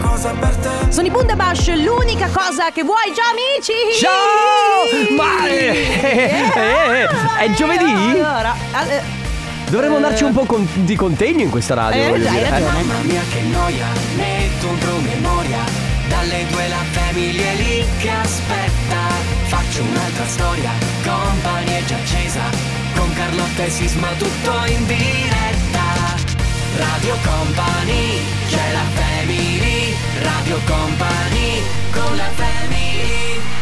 cosa per te. Sono i Bundabash, l'unica cosa che vuoi già amici! Cioè, Ciao! Ma eh, eh, eh, eh, è giovedì? Allora, eh, Dovremmo andarci un po' con- di contegno in questa radio. Eh, voglio già, hai dire. ragione. Mamma mia che noia, metto un promemoria. Dalle due la famiglia è lì che aspetta. Faccio un'altra storia, compagnia è già accesa. Con Carlotta e Sisma tutto in diretta. Radio Company, c'è la family. Radio Company, con la family.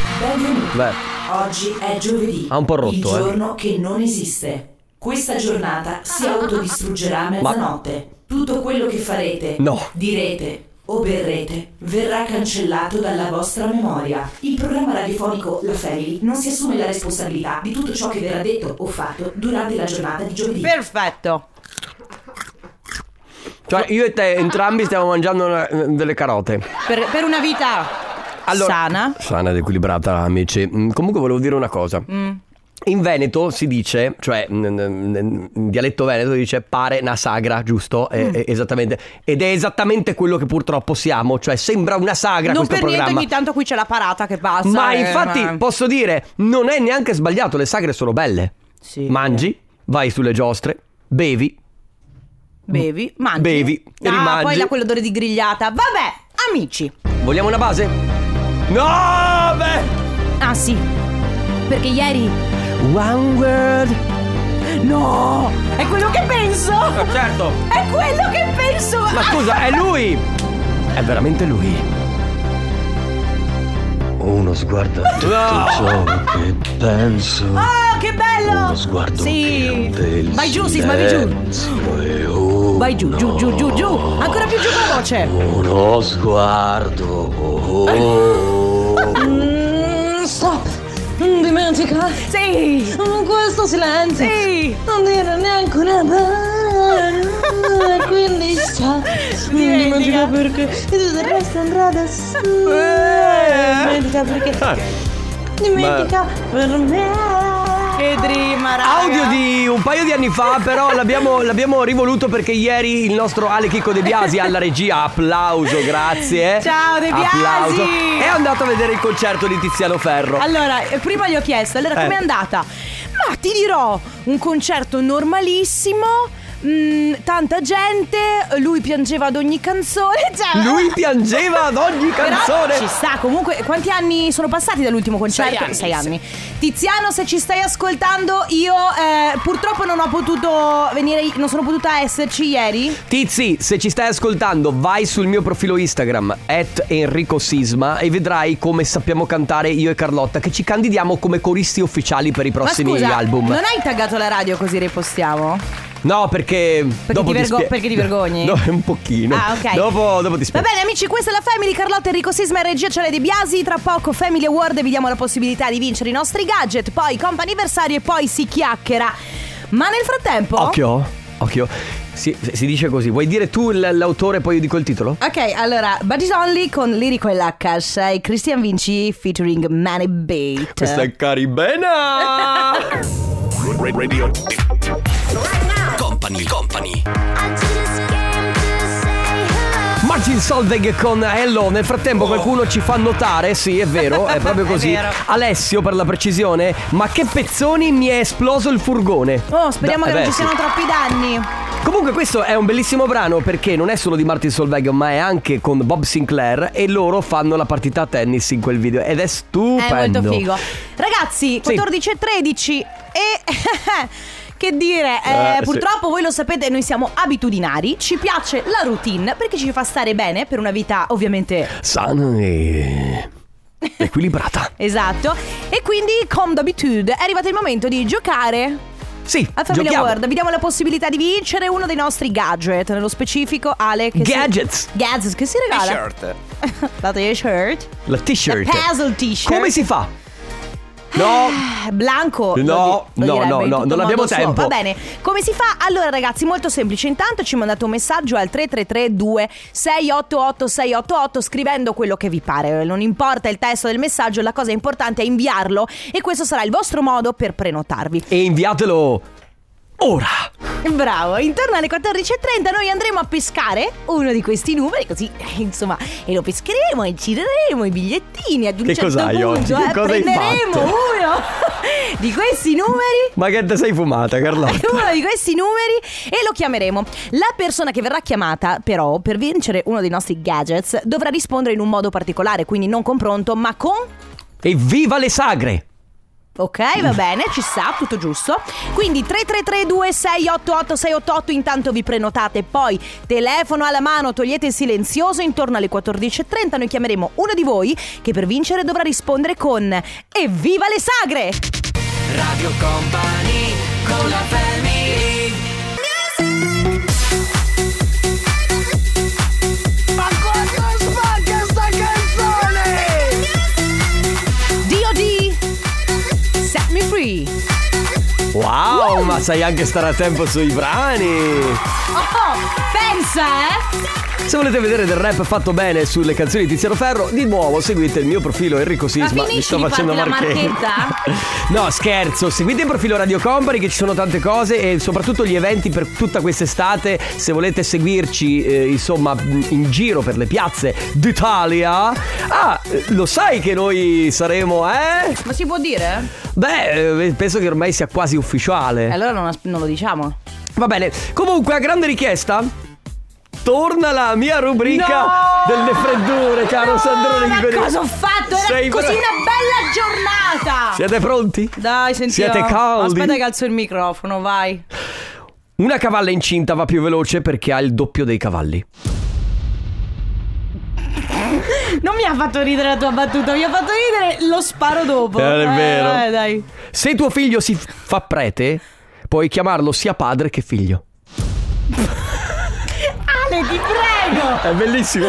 Eh, Benvenuti. beh, Oggi è giovedì. Ha un po' rotto, Il eh. giorno che non esiste. Questa giornata si autodistruggerà a mezzanotte. Tutto quello che farete, No. direte o berrete verrà cancellato dalla vostra memoria. Il programma radiofonico La Family non si assume la responsabilità di tutto ciò che verrà detto o fatto durante la giornata di giovedì. perfetto. cioè, io e te entrambi stiamo mangiando una- delle carote. Per, per una vita Allora- sana. Sana ed equilibrata, amici. Mm, Comunque volevo dire una cosa. Mm. In Veneto si dice, cioè mm, mm, in dialetto veneto si dice pare una sagra, giusto? Mm. È- è esattamente. Ed è esattamente quello che purtroppo siamo, cioè sembra una sagra non questo per programma. niente ogni tanto qui c'è la parata che passa. Ma eh, infatti ma- posso dire, non è neanche sbagliato, le sagre sono belle. Sì. Mangi, vai sulle giostre, bevi. Bevi, mangi. Bevi, Ah, rimangi. poi da quell'odore di grigliata. Vabbè, amici. Vogliamo una base? No! Beh! Ah sì. Perché ieri One word. No! È quello che penso! Eh, certo. È quello che penso! Ah, Ma scusa, è lui! È veramente lui. Uno sguardo a tutto No. ciò che penso. Ah, che bello! Uno sguardo che sì. rompe il Vai giù, Sisma, vai giù! silenzio e uno- Vai giù, giù, giù, giù, giù! Ancora più giù con la voce! Uno sguardo. oh, Mm, Stop! Non dimentica! Sì! Non questo silenzio! Sì! Non dire neanche una parola! Quindi ciao! Non dimentica perché tutto il resto andrà da Eh. solo! Dimentica perché... Ah, Dimentica per me! Che dream, raga. Audio di un paio di anni fa, però l'abbiamo, l'abbiamo rivoluto perché ieri il nostro Ale Chicco De Biasi alla regia, applauso, grazie. Ciao, De Biasi! Applauso. È andato a vedere il concerto di Tiziano Ferro. Allora, eh, prima gli ho chiesto, allora Eh. com'è andata? Ma ti dirò, un concerto normalissimo, mm, tanta gente, lui piangeva ad ogni canzone. Cioè, Lui piangeva ad ogni Però canzone. ci sta, comunque, quanti anni sono passati dall'ultimo concerto? Sei anni, anni. Tiziano, se ci stai ascoltando, io eh, purtroppo non ho potuto venire, non sono potuta esserci ieri. Tizi, se ci stai ascoltando, vai sul mio profilo Instagram, at Enrico Sisma, e vedrai come sappiamo cantare io e Carlotta, che ci candidiamo come coristi ufficiali per i prossimi Ma scusa, album. non hai taggato la radio così ripostiamo? No, perché. dopo ti vergo- spie- perché ti vergogni? No, un pochino. Ah, ok. Dopo, dopo ti Va spiego. bene, amici, questa è la Family. Carlotta Enrico Sisma e regia Cele De Biasi. Tra poco, Family Award, vi diamo la possibilità di vincere i nostri gadget. Poi, comp anniversario e poi si chiacchiera. Ma nel frattempo. Occhio, occhio. Si, si dice così. Vuoi dire tu l- l'autore, poi io dico il titolo? Ok, allora, Buddies Only con Lirico e Laccash e eh, Christian Vinci featuring Manny Bait. Questa è Caribena! Martin Solveig con Hello. Nel frattempo qualcuno ci fa notare, sì, è vero, è proprio così. Oh. vero. Alessio per la precisione, ma che pezzoni mi è esploso il furgone. Oh, speriamo Da- che eh, non beh, ci siano sì. troppi danni. Comunque questo è un bellissimo brano perché non è solo di Martin Solveig, ma è anche con Bob Sinclair e loro fanno la partita a tennis in quel video ed è stupendo. È molto figo. Ragazzi, 14 e 13 e... Che dire, eh, Eh, purtroppo voi lo sapete, noi siamo abitudinari, ci piace la routine perché ci fa stare bene per una vita ovviamente Sana e equilibrata. esatto e quindi come d'abitude è arrivato il momento di giocare Sì, a Family giochiamo. Award, vi diamo la possibilità di vincere uno dei nostri gadget, nello specifico Ale che si- Gadgets. Gadgets che si regala. T-shirt. la t-shirt. La t-shirt. La puzzle t-shirt. Come si fa? No, Eh, Blanco lo Oh. No, di- lo no, direbbe no, in no, tutto non abbiamo modo suo. tempo. Va bene, come si fa? Allora ragazzi, molto semplice Intanto ci mandate un messaggio al 3332 688 688 Scrivendo quello che vi pare Non importa il testo del messaggio La cosa importante è inviarlo E questo sarà il vostro modo per prenotarvi e inviatelo ora. Bravo, intorno alle 14.30 noi andremo a pescare uno di questi numeri, così eh, insomma, e lo pescheremo e gireremo i bigliettini ad un Che certo cos'hai punto, oggi? Che eh, cosa hai prenderemo fatto? uno di questi numeri Ma che te sei fumata, Carlotta? uno di questi numeri e lo chiameremo. La persona che verrà chiamata, però, per vincere uno dei nostri gadgets, dovrà rispondere in un modo particolare, quindi non con pronto, ma con. Evviva le sagre! Ok, va bene, ci sta, tutto giusto. Quindi 3332 688 688 intanto vi prenotate, poi telefono alla mano, togliete il silenzioso, intorno alle 14.30 noi chiameremo uno di voi che per vincere dovrà rispondere con Evviva le sagre! Radio Company con la family DOD! Set me free! Wow, ma sai anche stare a tempo sui brani! Oh, pensa, eh? Se volete vedere del rap fatto bene sulle canzoni di Tiziano Ferro, di nuovo seguite il mio profilo Enrico Sisma. finisci Mi sto di facendo farti la marchetta. no, scherzo, seguite il profilo Radio Company che ci sono tante cose e soprattutto gli eventi per tutta quest'estate. Se volete seguirci, eh, insomma, in giro per le piazze d'Italia. Ah, eh, lo sai che noi saremo, eh? Ma si può dire? Beh, eh, penso che ormai sia quasi ufficiale. Allora non, as- non lo diciamo. Va bene, comunque a grande richiesta Torna la mia rubrica No! delle freddure, caro No, Sandrone Oh, ma Ligori. cosa ho fatto? Era Sei così bra- una bella giornata! Siete pronti? Dai, sentiamo. Siete caldi? Aspetta che alzo il microfono, vai. Una cavalla incinta va più veloce perché ha il doppio dei cavalli. Non mi ha fatto ridere la tua battuta, mi ha fatto ridere lo sparo dopo. Eh, è Eh, vero. vabbè, dai. Se tuo figlio si f- fa prete, puoi chiamarlo sia padre che figlio. Ale, ti prego! È bellissimo.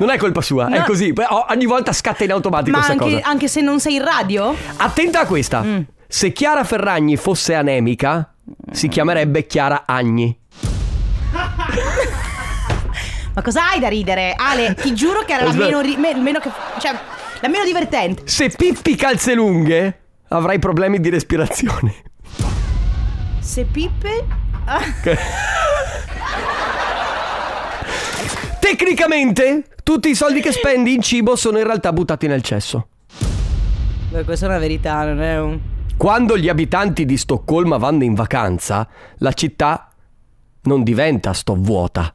Non è colpa sua, è Eh. No. così. Beh, o- Ogni volta scatta in automatico Ma questa anche, Mm. cosa. anche se non sei in radio? Attenta a questa. Se Chiara Ferragni fosse anemica, si chiamerebbe Chiara Agni. Ma cosa hai da ridere? Ale, ti giuro che era la Aspetta. meno, ri- me- meno che- cioè, la meno divertente. Se pippi calze lunghe avrai problemi di respirazione. Se Pippe. Tecnicamente, tutti i soldi che spendi in cibo sono in realtà buttati nel cesso. Beh, questa è una verità, non è un. Quando gli abitanti di Stoccolma vanno in vacanza, la città non diventa sto vuota.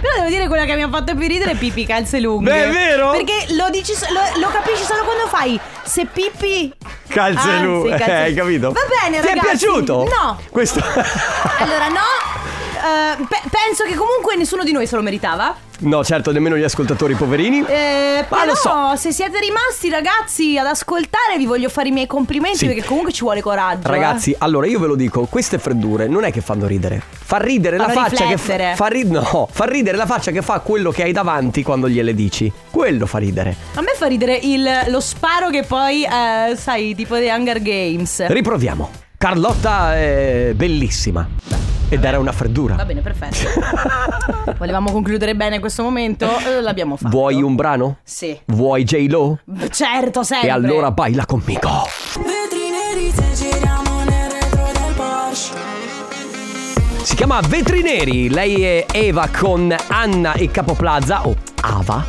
Però devo dire quella che mi ha fatto più ridere è Pippi calze lunghe. Beh, è vero? Perché lo dici so- lo, lo capisci solo quando fai se Pippi Calze Anzi, lunghe, calze- eh, hai capito? Va bene, Ti ragazzi. è piaciuto? No. Questo Allora no. eh, pe- penso che comunque nessuno di noi se lo meritava. No, certo, nemmeno gli ascoltatori poverini. Eh, Ma però, Ah, lo so. se siete rimasti, ragazzi, ad ascoltare, vi voglio fare i miei complimenti Sì. perché comunque ci vuole coraggio. eh. Ragazzi, allora io ve lo dico, queste freddure non è che fanno ridere. Fa ridere la Fanno faccia che riflettere. fa, fa ri- no, fa ridere la faccia che fa quello che hai davanti quando gliele dici. Quello fa ridere. eh. A me fa ridere il- lo sparo che poi, eh, sai, tipo The Hunger Games. Riproviamo. Carlotta è bellissima. Ed era una Va freddura. bene, perfetto. Volevamo concludere bene questo momento, eh, l'abbiamo fatto. Vuoi un brano? Sì. Vuoi J-Lo? Certo, sempre. E allora baila conmigo. Si chiama Vetri Neri, lei è Eva con Anna e Capoplaza, o Ava.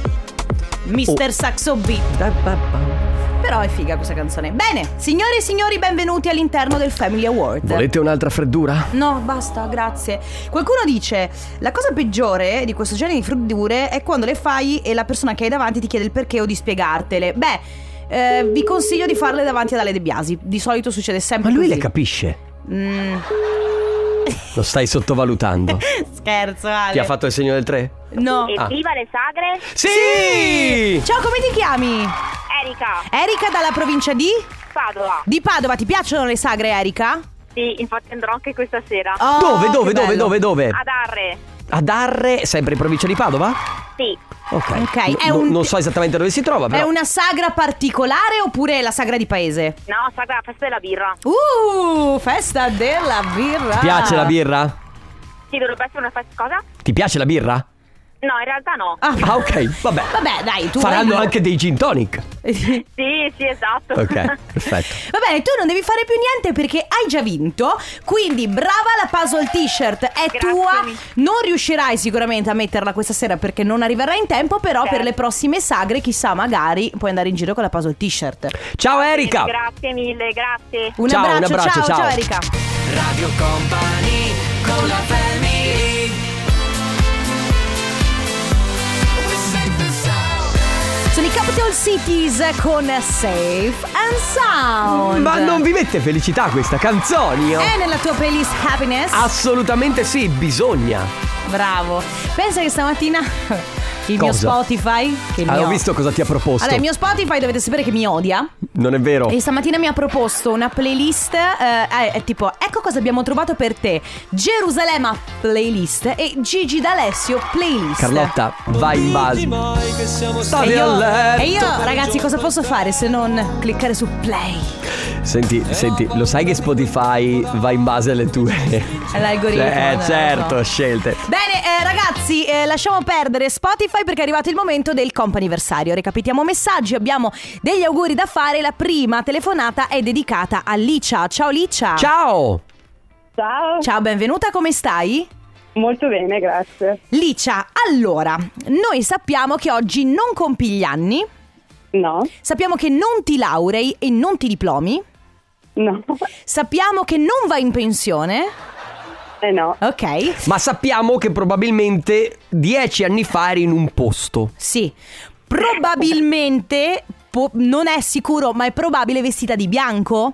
Mr. Oh. Saxo Beat. Eh. Però è figa questa canzone. Bene, signore e signori, benvenuti all'interno del Family Award. Volete un'altra freddura? No, basta, grazie. Qualcuno dice: La cosa peggiore di questo genere di freddure è quando le fai e la persona che hai davanti ti chiede il perché o di spiegartele. Beh, eh, vi consiglio di farle davanti ad Ale De Biasi. Di solito succede Ma sempre lui le così. capisce. Mm, Lo stai sottovalutando. scherzo, Ale. Ti ha fatto il segno del 3? No. Ah. Viva le sagre, Sì! Ciao, come ti chiami? Erika, Erika dalla provincia di? Padova. Di Padova. Ti piacciono le sagre, Erika? Sì, infatti andrò anche questa sera. Oh, Dove, dove, che dove, bello. dove, dove? Ad Arre. Ad Arre, sempre in provincia di Padova? Sì. Ok. Ok, è No- un- Non so esattamente dove si trova, È però. una sagra particolare oppure è la sagra di paese? No, sagra, festa della birra. Uh, festa della birra. Ah. Ti piace la birra? Sì, dovrebbe essere una festa. Cosa? Ti piace la birra? No, in realtà no. Ah, Ah, ok, vabbè. Vabbè, dai, tu Faranno vai- anche dei gin tonic. Sì, sì, esatto. Ok, perfetto. Va bene, tu non devi fare più niente perché hai già vinto. Quindi brava la puzzle t-shirt, è Grazie tua. mille. Non riuscirai sicuramente a metterla questa sera perché non arriverà in tempo, però Certo. per le prossime sagre chissà magari puoi andare in giro con la puzzle t-shirt. Ciao Erika. Grazie mille, grazie. Un, Ciao, un abbraccio, abbraccio, ciao, ciao. ciao Erika. Radio Company con la family. We save the sound. Sono i Capital Cities con Safe and Sound. Ma non vi mette felicità questa canzone? È nella tua playlist Happiness? Assolutamente sì, bisogna. Bravo. Pensa che stamattina il mio Cosa? Spotify che il Ah, mio- ho visto cosa ti ha proposto. Allora, il mio Spotify dovete sapere che mi odia. Non è vero? E stamattina mi ha proposto una playlist, eh, eh, tipo, ecco cosa abbiamo trovato per te. Gerusalema playlist e Gigi D'Alessio playlist. Carlotta, vai in base. E Stavi a io, letto. e io, ragazzi, cosa posso fare se non cliccare su play? Senti, senti, lo sai che Spotify va in base alle tue. All'algoritmo, Eh, non lo certo, so. scelte. Bene, eh, ragazzi, eh, lasciamo perdere Spotify perché è arrivato il momento del comp'anniversario. Recapitiamo messaggi, abbiamo degli auguri da fare. La prima telefonata è dedicata a Licia. Ciao Licia. Ciao! Ciao, Ciao, benvenuta, come stai? molto bene, grazie. Licia, allora, noi sappiamo che oggi non compi gli anni, No, sappiamo che non ti laurei e non ti diplomi, no, sappiamo che non vai in pensione, eh no, ok? Ma sappiamo che probabilmente dieci anni fa eri in un posto. Sì, probabilmente, po- non è sicuro, ma è probabile vestita di bianco?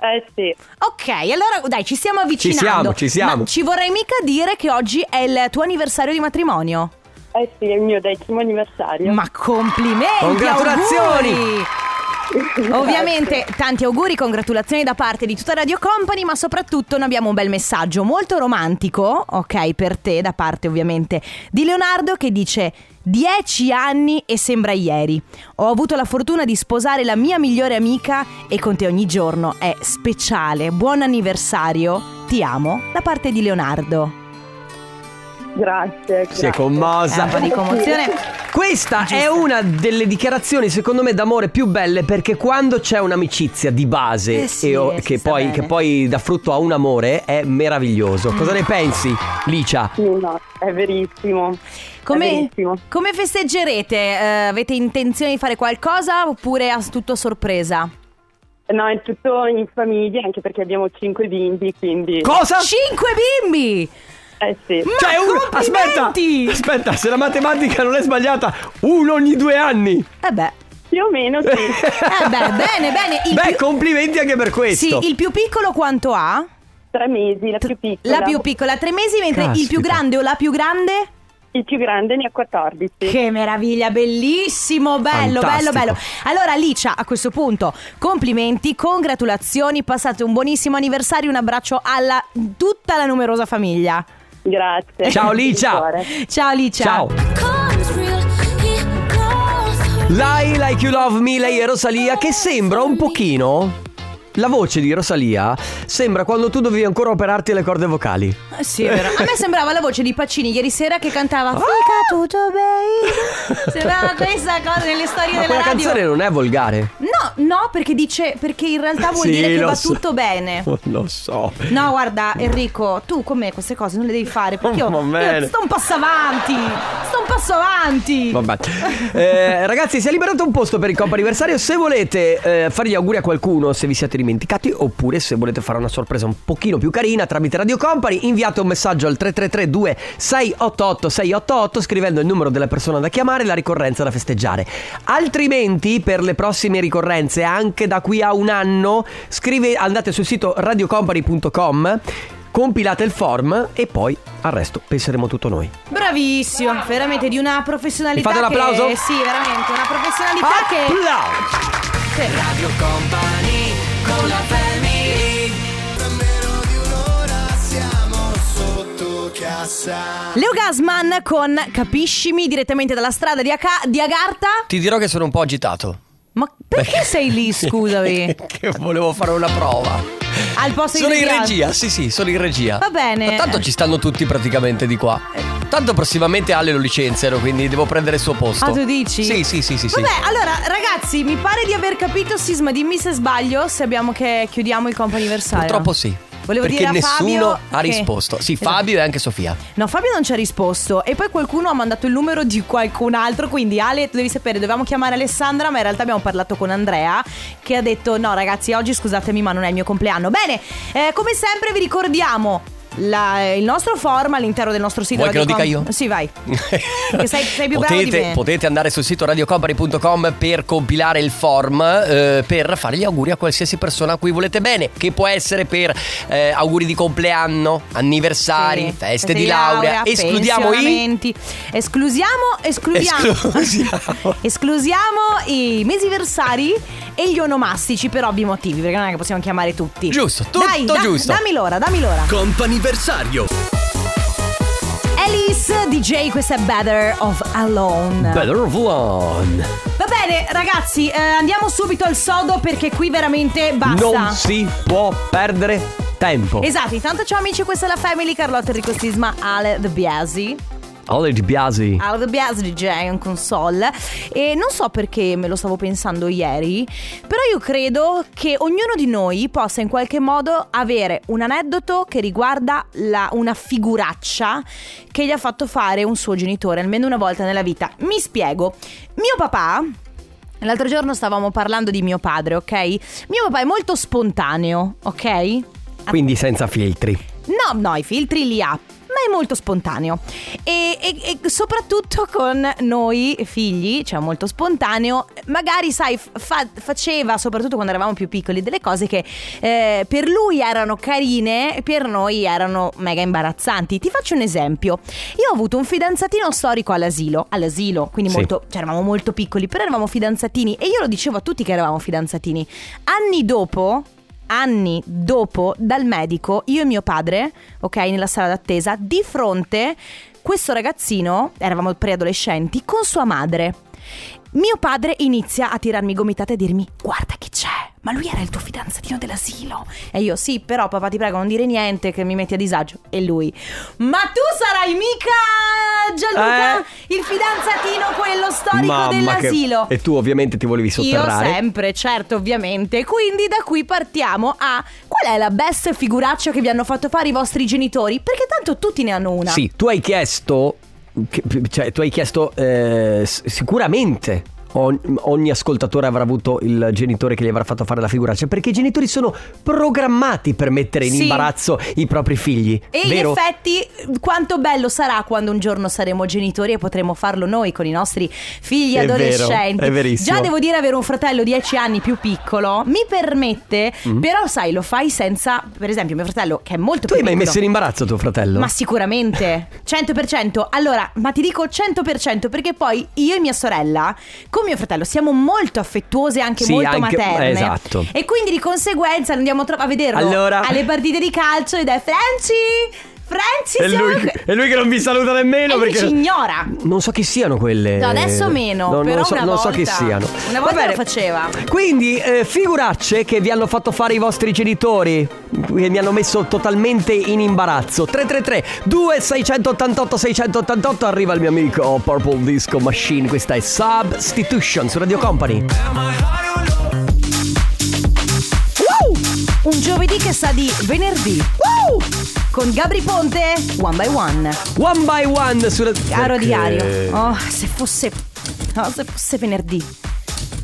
eh sì, Ok, allora dai, ci stiamo avvicinando. siamo, ci siamo. Ma ci vorrei mica dire che oggi è il tuo anniversario di matrimonio. eh sì, è il mio decimo anniversario. Ma complimenti! Congratulazioni! auguri! Ovviamente tanti auguri, congratulazioni da parte di tutta Radio Company, ma soprattutto noi abbiamo un bel messaggio molto romantico, ok, per te, da parte ovviamente di Leonardo che dice 10 anni e sembra ieri. Ho avuto la fortuna di sposare la mia migliore amica e con te ogni giorno è speciale. Buon anniversario, ti amo, da parte di Leonardo. Grazie, grazie. Si è È Eh, un po' commossa. di commozione. Questa è Giusto. una delle dichiarazioni, secondo me, d'amore più belle perché quando c'è un'amicizia di base Eh sì, e o- si che, sta poi, bene. che poi dà frutto a un amore è meraviglioso. Cosa ne pensi, Licia? Sì, no, è verissimo. È Come, verissimo. come festeggerete? Eh, avete intenzione di fare qualcosa oppure a tutto a sorpresa? No, è tutto in famiglia, anche perché abbiamo cinque bimbi, quindi... Cosa? Cinque bimbi! eh sì, Ma Cioè, uno- aspetta, complimenti! aspetta, se la matematica non è sbagliata, uno ogni due anni. Eh beh, più o meno sì. eh beh, bene, bene. Il Beh, più- complimenti anche per questo. sì, il più piccolo quanto ha? Tre mesi, la più piccola. La più piccola, tre mesi, mentre il più Caspita. grande o la più grande? Il più grande ne ha 14. Che meraviglia, bellissimo, bello, Fantastico. bello, bello. Allora, Licia, a questo punto, complimenti, congratulazioni, passate un buonissimo anniversario, un abbraccio alla tutta la numerosa famiglia. Grazie. Ciao, Licia. Di cuore. Ciao Alicia Ciao. Lie Like You Love Me, lei è Rosalia, che sembra un pochino... La voce di Rosalia sembra quando tu dovevi ancora operarti le corde vocali. Eh, Sì, è vero. A me sembrava la voce di Pacini ieri sera che cantava Ah! Fica tutto bene. Sembrava questa cosa nelle storie Ma della quella radio. canzone non è volgare. No, no, perché dice perché in realtà vuol dire che va tutto bene. Lo so. No, guarda, Enrico, tu con me queste cose non le devi fare perché io, Oh, Va bene. io sto un passo avanti. Sto un passo avanti. Vabbè. Eh, ragazzi, si è liberato un posto per il compo anniversario. Se volete eh, fare gli auguri a qualcuno, se vi siete dimenticati, oppure se volete fare una sorpresa un pochino più carina tramite Radio Company, inviate un messaggio al 333 688 688 scrivendo il numero della persona da chiamare e la ricorrenza da festeggiare. Altrimenti, per le prossime ricorrenze, anche da qui a un anno, scrive- andate sul sito radiocompany.com. Compilate il form e poi al resto penseremo tutto noi. Bravissimo, veramente di una professionalità Mi fate un che- applauso? Ah, Sì, veramente, una professionalità che Applausi! Radio Company con la family. Leo Gasman con Capiscimi direttamente dalla strada di, Aca- di Agartha. Ti dirò che sono un po' agitato. Ma Eh. perché sei lì, scusami? che volevo fare una prova. Al posto di Sono in Andrea? regia, sì, sì, sono in regia. Va bene. Ma tanto ci stanno tutti praticamente di qua. Tanto prossimamente Ale lo licenziano, quindi devo prendere il suo posto. Ah, tu dici? Sì, sì, sì, sì. sì. Vabbè, allora ragazzi, mi pare di aver capito Sisma, dimmi se sbaglio, se abbiamo che chiudiamo il compo anniversario. Purtroppo sì. Volevo perché dire a nessuno Fabio ha che- risposto. Sì, Esatto. Fabio e anche Sofia. No, Fabio non ci ha risposto e poi qualcuno ha mandato il numero di qualcun altro, quindi Ale, tu devi sapere, dovevamo chiamare Alessandra, ma in realtà abbiamo parlato con Andrea che ha detto "No, ragazzi, oggi scusatemi, ma non è il mio compleanno". Bene, eh, come sempre vi ricordiamo la- il nostro form all'interno del nostro sito Vuoi che lo Radio dica Com- io? Sì, vai. Perché sei, sei più bravo potete, di me. potete andare sul sito radiocompany.com per compilare il form eh, per fare gli auguri a qualsiasi persona a cui volete bene, che può essere per eh, auguri di compleanno, anniversari, Sì. feste, di laurea. Escludiamo i pensionamenti. Esclusiamo, escludiamo. Esclusiamo. Esclusiamo i mesiversari e gli onomastici per ovvi motivi, perché non è che possiamo chiamare tutti. Giusto, tutto Dai, da- giusto. Dammi l'ora, dammi l'ora. Comp'anniversario Alice DJ, questa è Better of Alone. Better of One. Va bene, ragazzi, eh, andiamo subito al sodo perché qui veramente basta. Non si può perdere tempo. Esatto, intanto ciao amici, questa è la Family Carlotta Enrico Sisma, Ale The Biasi. Ole Di Biasi. Out Bias DJ in console e non so perché me lo stavo pensando ieri, però io credo che ognuno di noi possa in qualche modo avere un aneddoto che riguarda la- una figuraccia che gli ha fatto fare un suo genitore almeno una volta nella vita. Mi spiego. Mio papà L'altro giorno stavamo parlando di mio padre, ok? Mio papà è molto spontaneo, ok? Quindi senza filtri. No, no, i filtri li ha. Ma è molto spontaneo. E, e- e soprattutto con noi figli, cioè molto spontaneo. Magari, sai, fa- faceva, soprattutto quando eravamo più piccoli, delle cose che eh, per lui erano carine e per noi erano mega imbarazzanti. Ti faccio un esempio. Io ho avuto un fidanzatino storico all'asilo, all'asilo, quindi Sì. molto, cioè eravamo molto piccoli, però eravamo fidanzatini e io lo dicevo a tutti che eravamo fidanzatini. Anni dopo, anni dopo, dal medico, io e mio padre, ok, nella sala d'attesa, di fronte questo ragazzino, eravamo preadolescenti, con sua madre. Mio padre inizia a tirarmi gomitate e dirmi guarda chi c'è, ma lui era il tuo fidanzatino dell'asilo. E io sì, però papà ti prego non dire niente che mi metti a disagio. E lui, ma tu sarai mica Gianluca, il fidanzatino quello storico dell'asilo. E tu ovviamente ti volevi sotterrare. Io sempre, certo, ovviamente. Quindi da qui partiamo a qual è la best figuraccia che vi hanno fatto fare i vostri genitori? Perché tanto tutti ne hanno una. Sì, tu hai chiesto, che- cioè tu hai chiesto eh, s- sicuramente ogni, ogni ascoltatore avrà avuto il genitore che gli avrà fatto fare la figuraccia, perché i genitori sono programmati per mettere in Sì. imbarazzo i propri figli, E in vero? effetti quanto bello sarà quando un giorno saremo genitori e potremo farlo noi con i nostri figli È vero, adolescenti. è verissimo. Già devo dire avere un fratello 10 anni più piccolo mi permette, però sai, lo fai senza, per esempio, mio fratello che è molto Mhm. Tu più hai mai piccolo. messo in imbarazzo tuo fratello? Ma sicuramente, 100%. Allora, ma ti dico 100% perché poi io e mia sorella, con mio fratello, siamo molto affettuose e anche Sì, molto anche- materne. esatto. E quindi di conseguenza andiamo tro- a vederlo Allora- alle partite di calcio ed è Franci! Franci! è, siamo lui, qui!" è lui che non vi saluta nemmeno E lui perché... ci ignora. Non so chi siano quelle. No, adesso meno, No, però non, so, una non so volta- chi siano. una Va volta bene. lo faceva. Quindi, eh, figuracce che vi hanno fatto fare i vostri genitori, che mi hanno messo totalmente in imbarazzo. 333-2688-688 arriva il mio amico Purple Disco Machine. Questa è Substitution su Radio Company. Wow! Un giovedì che sa di venerdì. Wow! Con Gabri Ponte, one by one. One by one su Radio Caro Perché? diario, oh, se fosse. no, se fosse venerdì.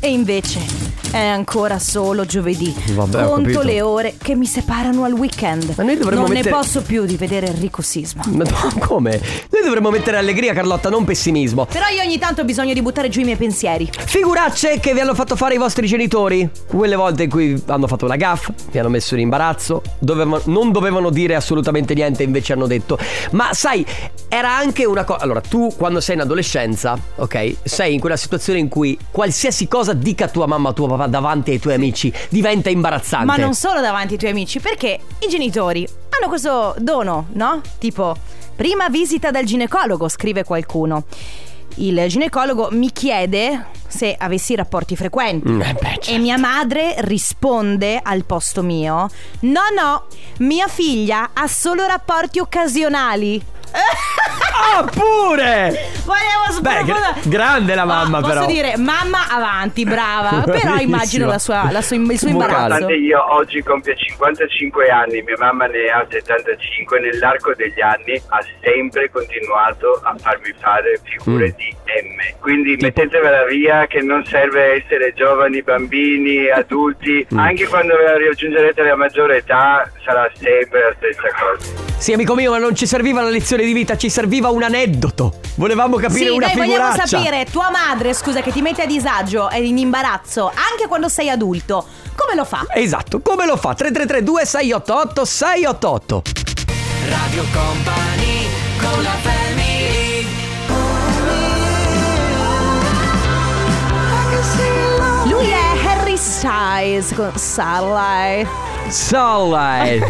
E invece è ancora solo giovedì. Vabbè, ho capito. Conto le ore che mi separano al weekend. Ma noi dovremmo non mettere- ne posso più di vedere Enrico Sisma. Ma no, come? Noi dovremmo mettere allegria, Carlotta, non pessimismo. Però io ogni tanto ho bisogno di buttare giù i miei pensieri. Figuracce che vi hanno fatto fare i vostri genitori. Quelle volte in cui hanno fatto la gaff, vi hanno messo in imbarazzo, dovevano- non dovevano dire assolutamente niente, invece hanno detto. Ma sai, era anche una cosa. Allora, tu quando sei in adolescenza, ok, sei in quella situazione in cui qualsiasi cosa dica tua mamma o tuo papà davanti ai tuoi amici diventa imbarazzante. Ma non solo davanti ai tuoi amici, perché i genitori hanno questo dono, no? Tipo, prima visita dal ginecologo, scrive qualcuno. Il ginecologo mi chiede se avessi rapporti frequenti. Mm, eh beh, certo. E mia madre risponde al posto mio: No, no, mia figlia ha solo rapporti occasionali. Ah, pure! Volevo Beh, gra- sprovare- grande la mamma, Ah, posso però. dire, mamma avanti, brava. Però Bravissima. immagino la sua, la sua- il suo imbarazzo. Nonostante io oggi compia 55 anni, mia mamma ne ha 75, nell'arco degli anni ha sempre continuato a farmi fare figure Mm. di M. Quindi mettetevela via che non serve essere giovani, bambini, adulti, anche quando raggiungerete la maggiore età sarà sempre la stessa cosa. Sì, amico mio, ma non ci serviva la lezione di vita, ci serviva un aneddoto. Volevamo Sì, capire una noi vogliamo figuraccia. sapere, tua madre, scusa, che ti mette a disagio e in imbarazzo, anche quando sei adulto, come lo fa? Esatto, come lo fa? 3332 688 688 Radio Company con la family Lui è Harry Styles con Starlight. Sunlight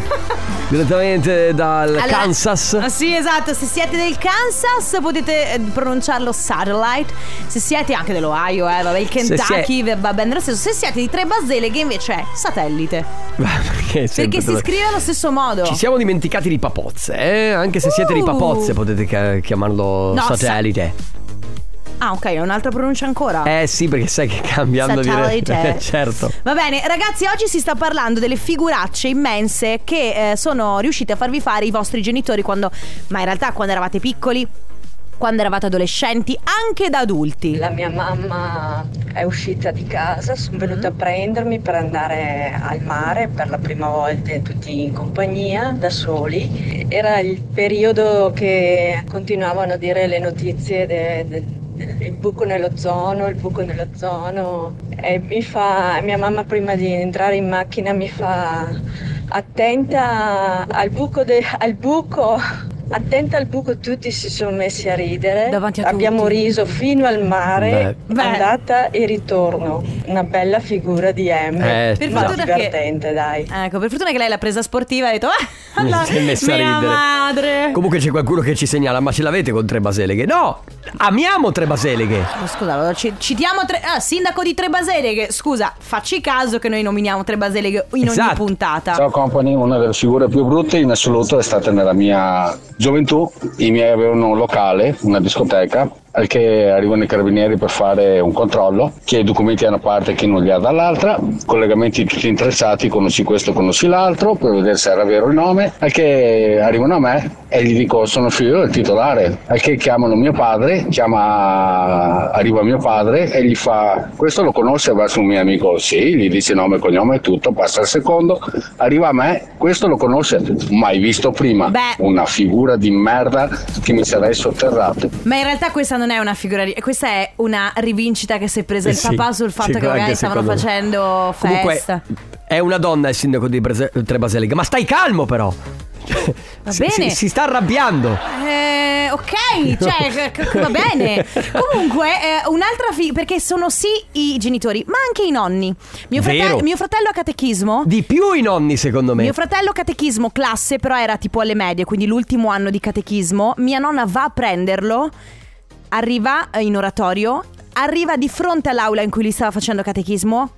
Direttamente dal Allora- Kansas Ah, Sì, esatto. Se siete del Kansas potete eh, pronunciarlo satellite. Se siete anche dell'Ohio, eh, vabbè, il Se Kentucky va bene lo stesso. Se siete di Trebasele, che invece è satellite. Perché, è sempre perché si dove- scrive allo stesso modo. Ci siamo dimenticati di Papozze eh? Anche se siete di Uh. Papozze potete ca- chiamarlo No, satellite Ah, ok, è un'altra pronuncia ancora. Eh sì perché sai che cambiando Satellite. di Eh, Certo Va bene, ragazzi, oggi si sta parlando delle figuracce immense che eh, sono riuscite a farvi fare i vostri genitori quando, ma in realtà quando eravate piccoli, quando eravate adolescenti, anche da adulti. La mia mamma è uscita di casa, sono venuta a prendermi per andare al mare per la prima volta tutti in compagnia, da soli. Era il periodo che continuavano a dire le notizie de- de- del buco nell'ozono, il buco nell'ozono. E mi fa, mia mamma prima di entrare in macchina mi fa attenta al buco, de- al buco. Attenta al buco, tutti si sono messi a ridere. Davanti a Abbiamo tutti. riso fino al mare, Beh. Beh. andata e ritorno. Una bella figura di M. Eh, Per ma fortuna che- divertente, dai. Ecco, per fortuna che lei l'ha presa sportiva e ha detto: Ah, Mi allora, si è messa a mia ridere. madre. Comunque c'è qualcuno che ci segnala Ma ce l'avete con tre baseleghe? No Amiamo tre baseleghe Oh, Scusa, allora, ci- citiamo tre, ah, sindaco di Trebaseleghe. Scusa, facci caso che noi nominiamo Trebaseleghe in ogni Esatto. puntata. Ciao Company, una delle figure più brutte in assoluto è stata nella mia gioventù. I miei avevano un locale, una discoteca, al che arrivano i carabinieri per fare un controllo, che i documenti hanno una parte e chi non li ha dall'altra, collegamenti tutti intrecciati, conosci questo, conosci l'altro, per vedere se era vero il nome, al che arrivano a me e gli dico sono figlio del titolare, al che chiamano mio padre, chiama, arriva mio padre e gli fa questo lo conosce verso un mio amico, sì, gli dice nome, cognome e tutto, passa al secondo, arriva a me, questo lo conosce, mai visto prima, Beh. una figura di merda che mi sarei sotterrato. Ma in realtà questa non è una figura. di- Questa è una rivincita che si è presa il Eh Sì, papà sul fatto sì, che anche magari stavano secondo me. facendo festa. Comunque è una donna il sindaco di Brase- Trebaseleghe Ma stai calmo però Va Si- bene. si- si sta arrabbiando Eh, ok, cioè, c- c- va bene. Comunque, eh, un'altra figura. Perché sono sì i genitori, ma anche i nonni. Mio, frate- Vero. mio fratello a catechismo. Di più i nonni, secondo me. Mio fratello catechismo classe però era tipo alle medie, quindi l'ultimo anno di catechismo. Mia nonna va a prenderlo, arriva eh, in oratorio, arriva di fronte all'aula in cui lui stava facendo catechismo,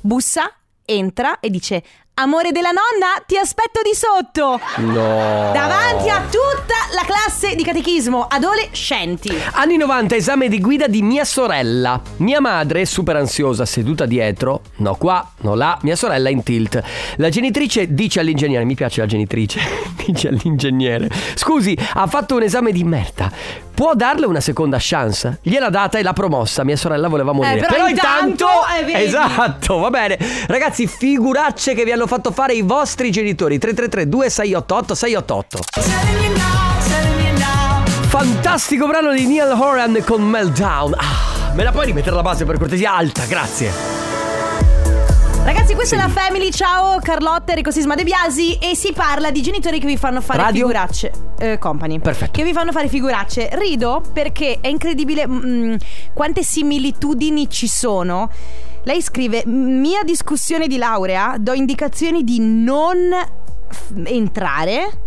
bussa, entra e dice Amore della nonna, ti aspetto di sotto! no. Davanti a tutta la classe di catechismo, adolescenti. Anni 90, esame di guida di mia sorella. Mia madre, super ansiosa, seduta dietro, no qua, no là, mia sorella in tilt. La genitrice dice all'ingegnere, mi piace la genitrice, dice all'ingegnere, scusi, ha fatto un esame di merda, può darle una seconda chance? Gliela data e l'ha promossa, mia sorella voleva morire. Eh, però intanto, eh, vedi. Esatto, va bene. Ragazzi, figuracce che vi hanno fatto fare i vostri genitori. 333 2688 688 Fantastico brano di Neil Horan con Meltdown. Ah, me la puoi rimettere la base per cortesia alta, grazie. Ragazzi, questa è la Family, ciao Carlotta, Enrico Sisma De Biasi e si parla di genitori che vi fanno fare Radio? figuracce. Eh, company. Perfetto. Che vi fanno fare figuracce. Rido perché è incredibile mm, quante similitudini ci sono. Lei scrive, mia discussione di laurea, do indicazioni di non f- entrare.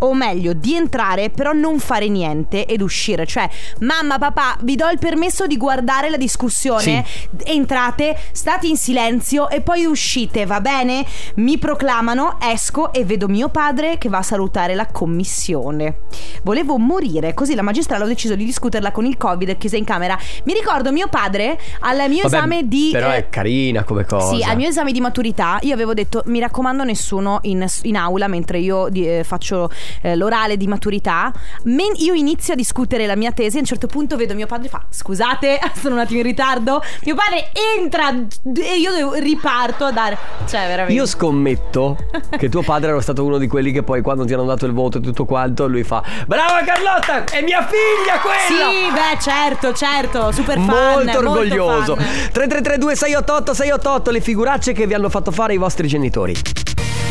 o meglio di entrare però non fare niente ed uscire. Cioè, mamma, papà, vi do il permesso di guardare la discussione, entrate, state in silenzio e poi uscite, va bene? Mi proclamano, esco e vedo mio padre che va a salutare la commissione. Volevo morire, così la magistrale ho deciso di discuterla con il Covid e chiusa in camera. Mi ricordo mio padre al mio Vabbè, esame di Però eh, è carina come cosa. sì, al mio esame di maturità io avevo detto mi raccomando nessuno in, in aula mentre io di- eh, faccio eh, l'orale di maturità. Men- io inizio a discutere la mia tesi e a un certo punto vedo mio padre e fa scusate sono un attimo in ritardo. Mio padre entra d- e io devo- riparto a dare... Cioè veramente... Io scommetto che tuo padre era stato uno di quelli che poi quando ti hanno dato il voto e tutto quanto lui fa Brava Carlotta, è mia figlia quella! Sì, beh certo, certo, super fan. molto orgoglioso. fan. 3332 688 688 le figuracce che vi hanno fatto fare i vostri genitori.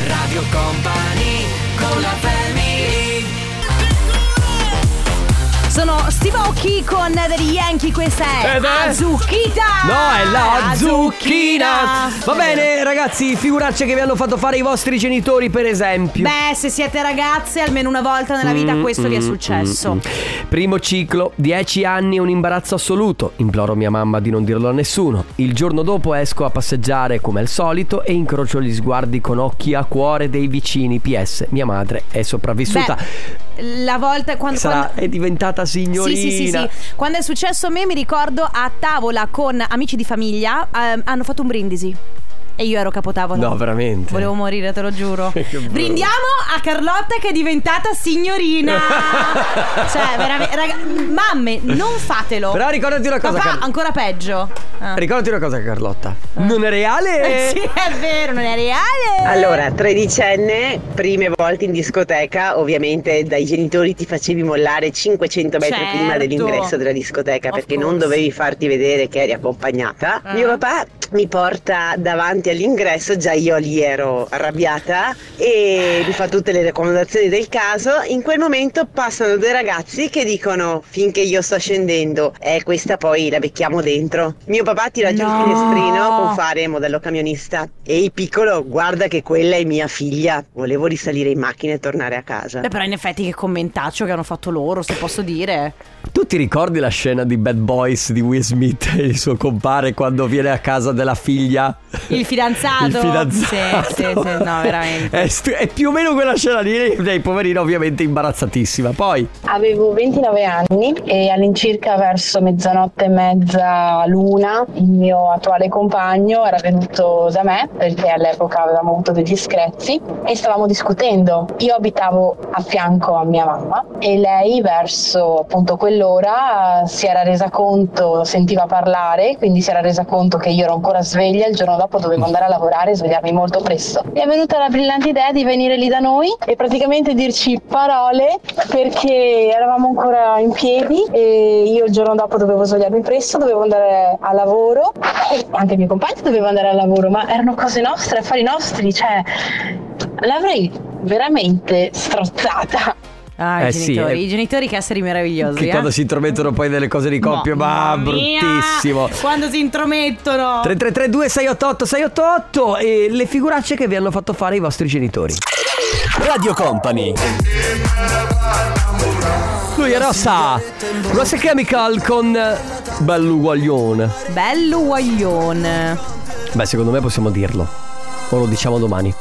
Radio Company con la family. Sono Steve Aoki con The Yankee, questa è Ed è- Azuchita! No, è la Ah, zucchina. zucchina. Va bene, ragazzi, figuracce che vi hanno fatto fare i vostri genitori, per esempio. Beh, se siete ragazze, almeno una volta nella vita Mm, questo vi è mm, successo. mm, mm. Primo ciclo, 10 anni, un imbarazzo assoluto. Imploro mia mamma di non dirlo a nessuno. Il giorno dopo esco a passeggiare come al solito e incrocio gli sguardi con occhi a cuore dei vicini. PS, mia madre è sopravvissuta. Beh, la volta quando. Sarà, quando- è diventata signorina. Sì, sì, sì, sì. Quando è successo a me, mi ricordo a tavola con amici di famiglia, ehm, hanno fatto un brindisi. E io ero capotavola. No, veramente. Volevo morire, te lo giuro. Che brutto. Brindiamo a Carlotta che è diventata signorina. cioè, veramente. Raga, mamme, non fatelo. Però ricordati una cosa, Papà, Carlo- ancora peggio. Ah. Ricordati una cosa, Carlotta. Non è reale? Eh, sì, è vero, non è reale. Allora, tredicenne, prime volte in discoteca, ovviamente dai genitori ti facevi mollare 500 metri Certo. prima dell'ingresso della discoteca perché non dovevi farti vedere che eri accompagnata. Ah. Mio papà mi porta davanti all'ingresso, già io lì ero arrabbiata e mi fa tutte le raccomandazioni del caso. In quel momento passano due ragazzi che dicono finché io sto scendendo, eh questa poi la becchiamo dentro. Mio papà tira giù No. il finestrino con fare modello camionista. Ehi piccolo, guarda che quella è mia figlia. Volevo risalire in macchina e tornare a casa. Beh, però in effetti che commentaccio che hanno fatto loro, se posso dire. Tu ti ricordi la scena di Bad Boys di Will Smith e il suo compare quando viene a casa della figlia? Il fidanzato. Il fidanzato. Sì, sì, sì, no, veramente. È, stu- è più o meno quella scena lì, lei poverina ovviamente imbarazzatissima. Poi, Avevo 29 anni e all'incirca verso mezzanotte e mezza luna il mio attuale compagno era venuto da me perché all'epoca avevamo avuto degli screzi e stavamo discutendo. Io abitavo a fianco a mia mamma e lei verso appunto quell'ora si era resa conto, sentiva parlare, quindi si era resa conto che io ero ancora sveglia, il giorno dopo dovevo andare a lavorare e svegliarmi molto presto. Mi è venuta la brillante idea di venire lì da noi e praticamente dirci parole perché eravamo ancora in piedi e io il giorno dopo dovevo svegliarmi presto, dovevo andare a lavoro, e anche il mio compagno doveva andare a lavoro, ma erano cose nostre, affari nostri, cioè l'avrei veramente strozzata. Ah, i Eh, genitori, sì, eh. i genitori che esseri meravigliosi. che eh. quando si intromettono poi delle cose di coppia, ma Mamma mia, bruttissimo. Quando si intromettono. 3332 688 688 e le figuracce che vi hanno fatto fare i vostri genitori. Radio Company. Lui è Rossa. Rossa Chemical con eh, Belluguaglione. Bello guaglione. Beh, secondo me possiamo dirlo. O lo diciamo domani.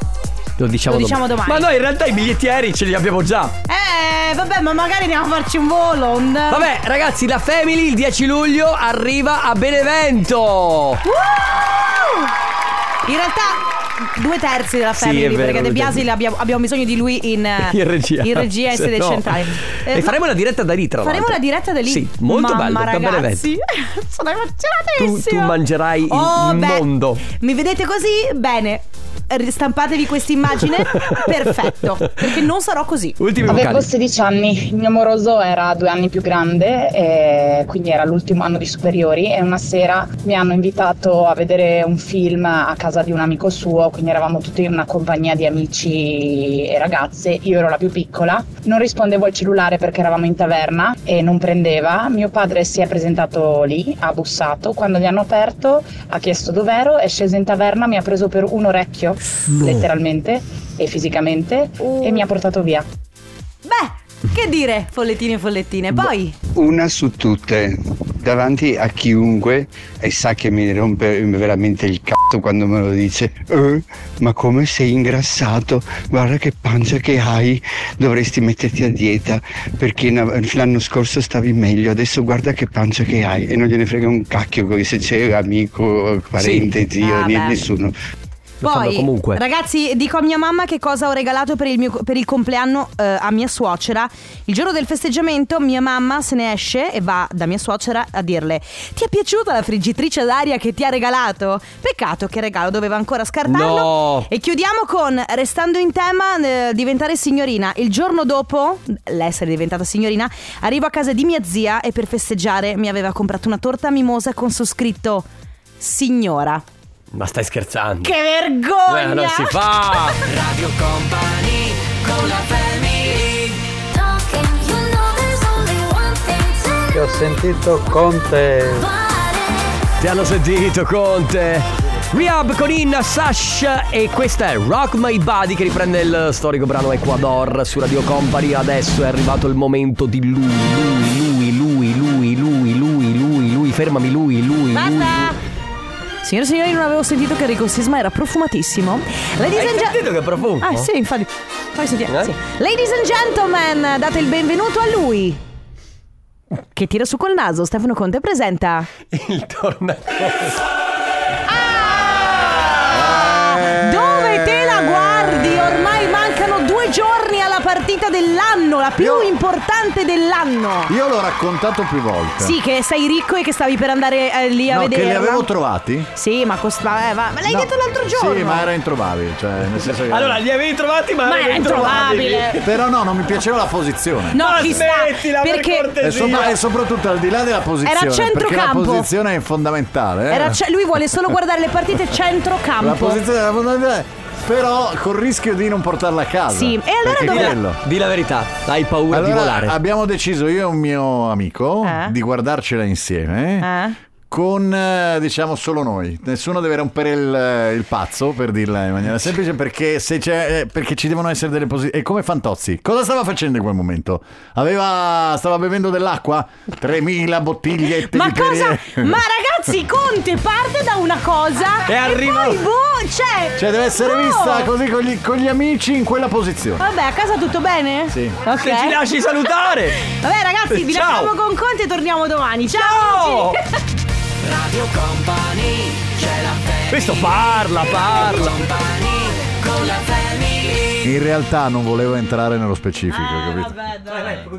Lo diciamo, Lo diciamo domani. Ma noi in realtà i bigliettieri ce li abbiamo già. Eh, vabbè, ma magari andiamo a farci un volo. Un... Vabbè, ragazzi, la Family il 10 luglio arriva a Benevento. In realtà, due terzi della Sì, family, è vero, perché De due Biasi terzi. l'abbiamo- abbiamo bisogno di lui in, eh, In regia. in regia e Se sede no. centrale. Eh, e ma- faremo la diretta da lì, tra Faremo l'altro. la diretta da lì. Sì, molto Mamma, bello, da Benevento. ragazzi. Sono Tu, tu emozionatissima. mangerai Oh, il beh. mondo. Mi vedete così? Bene. Stampatevi questa immagine. Perfetto. Perché non sarò così. Ultimi Avevo 16 anni, il mio amoroso era due anni più grande, eh, quindi era l'ultimo anno di superiori e una sera mi hanno invitato a vedere un film a casa di un amico suo, quindi eravamo tutti in una compagnia di amici e ragazze, io ero la più piccola, non rispondevo al cellulare perché eravamo in taverna e non prendeva, mio padre si è presentato lì, ha bussato, quando gli hanno aperto ha chiesto dov'ero, è sceso in taverna, mi ha preso per un orecchio, No. letteralmente e fisicamente, e mi ha portato via. Beh, che dire, follettini e follettine. Poi, Una su tutte, davanti a chiunque, e sa che mi rompe veramente il cazzo quando me lo dice, "Eh, ma come sei ingrassato, guarda che pancia che hai, dovresti metterti a dieta, perché na- l'anno scorso stavi meglio, adesso guarda che pancia che hai, e non gliene frega un cacchio co- se c'è amico, parente, zio, Ah, né- beh. nessuno. poi ragazzi, dico a mia mamma che cosa ho regalato per il, mio- per il compleanno eh, a mia suocera. Il giorno del festeggiamento, mia mamma se ne esce e va da mia suocera a dirle: Ti è piaciuta la friggitrice d'aria che ti ha regalato? Peccato che il regalo doveva ancora scartarlo. No. E chiudiamo con, restando in tema, eh, diventare signorina. Il giorno dopo l'essere diventata signorina, arrivo a casa di mia zia e per festeggiare mi aveva comprato una torta mimosa con su scritto Signora. Ma stai scherzando? Che vergogna! Eh, non si fa! Radio Company con la family Che ho sentito Conte. Ti hanno sentito Conte Rehab con Inna Sash e questa è Rock My Body che riprende il storico brano Ecuador su Radio Company adesso è arrivato il momento di lui lui lui lui lui lui lui lui lui fermami lui lui lui Signore e signori, non avevo sentito che Enrico Sisma era profumatissimo. Ladies Hai and gen- sentito che profumo? Ah, sì, infatti. Poi sentiamo. Eh? sì. Ladies and gentlemen, date il benvenuto a lui. Che tira su col naso. Stefano Conte presenta. il tornello Dove te la guardi? Ormai mancano due giorni alla partita dell'anno, la più importante dell'anno. Io l'ho raccontato più volte. Sì, che sei ricco e che stavi per andare eh, lì a No, vedere. che li avevo trovati? Sì, ma costava. eh, va- Ma l'hai No. detto l'altro giorno. Sì, ma era introvabile, cioè, nel senso che... Allora li avevi trovati ma, Ma non li era trovavi. introvabile. Però no, non mi piaceva la posizione. No, Ma chi sta? smettila, per perché E, sopra- e soprattutto al di là della posizione, Era perché la centrocampo. posizione è fondamentale. eh. Era ce- lui vuole solo guardare le partite centrocampo. La posizione era fondamentale, però col rischio di non portarla a casa. Sì, e allora Perché dove- quello. Di la verità, hai paura di Allora, volare. Abbiamo deciso io e un mio amico Eh? di guardarcela insieme. Con eh, diciamo solo noi, nessuno deve rompere il, il pazzo per dirla in maniera semplice perché, se c'è, eh, perché ci devono essere delle posizioni. E come Fantozzi, cosa stava facendo in quel momento? Aveva, stava bevendo dell'acqua? 3000 bottigliette Ma di cosa? Perrier. Ma ragazzi, Conte parte da una cosa E arriva- poi boh, cioè Cioè, deve essere boh. vista così con gli, con gli amici in quella posizione. Vabbè, a casa tutto bene? Sì. Ok. Se ci lasci salutare. Vabbè, ragazzi, vi Ciao. lasciamo con Conte e torniamo domani. Oh. Ciao! amici. Radio Company c'è la family Questo parla, parla Company con la family Ah. In realtà non volevo entrare nello specifico, capito?